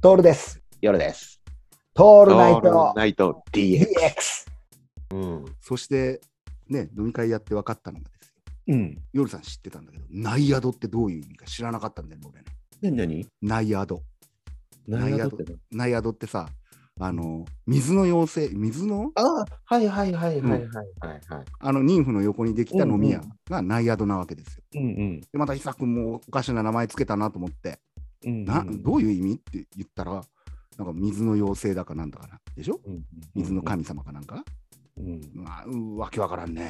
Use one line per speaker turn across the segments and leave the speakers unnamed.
トールです。
夜です。
ト
オ
ールナイト
ナイト DX。
DX。
うん。
そして、ね、飲み会やって分かったのがですよ。
うん。
夜さん知ってたんだけど、ナイアドってどういう意味か知らなかったんだよね、俺ね。
何何
ナイアド。
何やってんの
ナイアドってさ、あの、水の妖精、水の
ああ、はいはいはい
はいはい
はいはい。
あの、妊婦の横にできた飲み屋
うんう
がナイアドなわけですよ。
うんうん。
で、また久くんもおかしな名前つけたなと思って、
うん
な、どういう意味って言ったら、なんか水の妖精だかなんだかな。でしょ
うん
水の。神様かなんか、
うん。
うわうわけわからんね。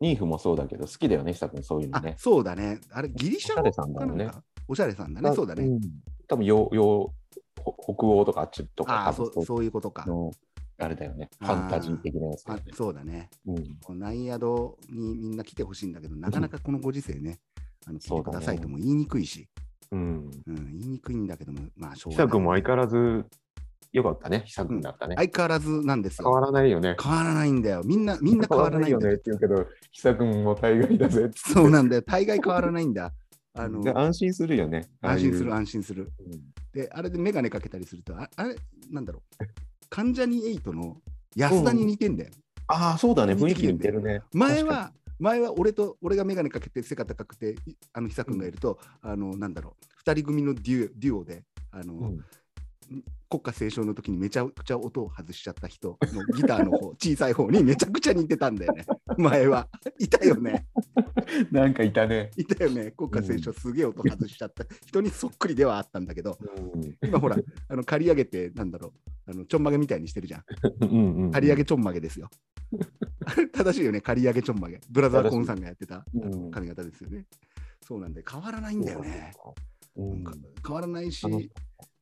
ニーフもそうだけど、好きだよね、久君、そういうの
あ、
ね。
そうだね。あれ、ギリシャ
おしゃ
語
れさんだ
か
も
な
ん
ん
ね
かおしゃれさんだね。そうだね。
ん。多分、洋、洋、ほ北欧とかあっちとか、
ああ、そう
多分
そういうことか。
の、あれだよね。フ
あー
ァンタジー的なやつだ
あ
よね。
そうだね。
うん。
こうナイアドにみんな来てほしいんだけど、なかなかこのご時世ね、あの来
そう
て
だ
く
ね
ださいとも言いにくいし、
うん。
うん、言いにくいんだけども、まあ、しょうがな
久
い。
君も相変わらず、よかったね、久君だったね。
相変わらずなんです
変わ
よ。
らないよね。
変わらないんだよ。みんな、みんな変わらないん
よ
だ
ね
よ。
って言うけど、久君も大概だぜって。
そうなんだよ。大概変わらないん だ。あの
で安心するよね。
安心する、
ああいう
安心する。
うん
で、あれで眼鏡かけたりすると、ああれ、なんだろう。関ジャニ8の安田に似てんだよ。
ああ、そうだね。雰囲気似てるね。
前は、前は俺と俺が眼鏡かけて背が高くて、いあの久くんがいると、あのなんだろう、二人組のデュエデュオで、あの、
うん
国歌斉唱の時にめちゃくちゃ音を外しちゃった人のギターの方、 小さい方にめちゃくちゃ似てたんだよね、前は。いたよね、
確かに、なんかいたね。
いたよね、国歌斉唱すげえ音外しちゃった人にそっくりではあったんだけど、今ほら、あの刈り上げて、なんだろう、あのちょんまげみたいにしてるじゃん。
うん
刈り上げちょんまげですよ。 あれ正しいよね、刈り上げちょんまげ。ブラザーコーンさんがやってた
うん
髪型ですよね。そうなんで、変わらないんだよね。。
うん
か変わらないし、
あの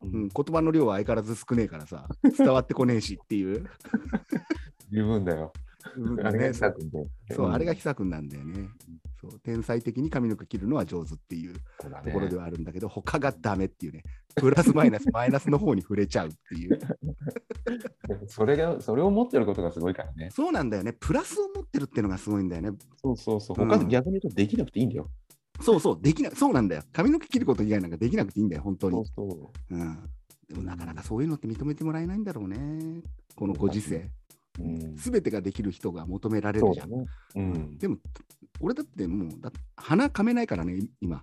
うん、言葉の量は相変わらず少ねえからさ、伝わってこねえしっていう。
十分だよ。
う ん
あれが
ね、
久君で。
そう、
ん
あれが久くんなんだよね。そう天才的に髪の毛切るのは上手っていう
そうだね
ところではあるんだけど、他がダメっていうね、プラスマイナス、マイナスの方に触れちゃうっ ていう。
それが、それを持ってることがすごいからね。
そうなんだよね、プラスを持ってるってのがすごいんだよね。
そうそうそう。
うん
他に逆に言うとできなくていいんだよ。
そうそう、できない、そうなんだよ。髪の毛切ること以外なんかできなくていいんだよ、本当に。
そうそう。
うん、でもなかなかそういうのって認めてもらえないんだろうね、このご時世。
うん
すべてができる人が求められ
そ
る
う
じゃ
だ
ん。
ね。うん。
でも、俺だってもう、だ鼻かめないからね、今、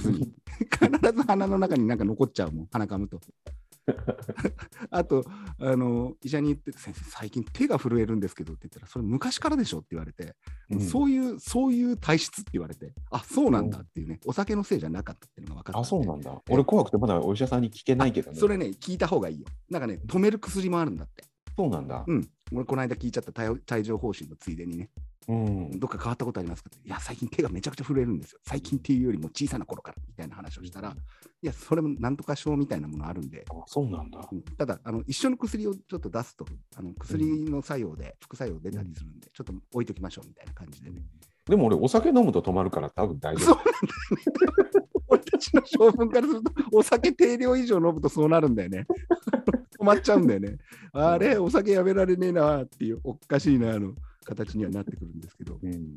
手に。必ず鼻の中になんか残っちゃうもん、鼻かむと。 あと、あの医者に行って、先生、最近手が震えるんですけどって言ったら、それ昔からでしょって言われて、
うん
そういう、そういう体質って言われて、あそうなんだっていうね、お酒のせいじゃなかったっていうのが分かったん
あ、
で。
そうなんだ。俺怖くてまだお医者さんに聞けないけどね。
それね、聞いた方がいいよ。なんかね、止める薬もあるんだって。
そうなんだ。
うん。俺、この間聞いちゃった帯帯状疱疹のついでにね、
うん。
どっか変わったことありますかって、いや、最近手がめちゃくちゃ震えるんですよ。最近っていうよりも小さな頃からみたいな話をしたら、
うん
いや、それもなんとか症みたいなものあるんで、
あそうなんだ。
うんただあの、一緒の薬をちょっと出すと、あの薬の作用で、副作用出たりするんで、ちょっと置いときましょうみたいな感じでね。
でも俺、お酒飲むと止まるから多分大丈
そう
夫。
なんだよね。 俺たちの性分からすると、お酒定量以上飲むとそうなるんだよね。 止まっちゃうんだよね。あれ、お酒やめられねえなっていう、おっかしいなあの形にはなってくるんですけど、
うん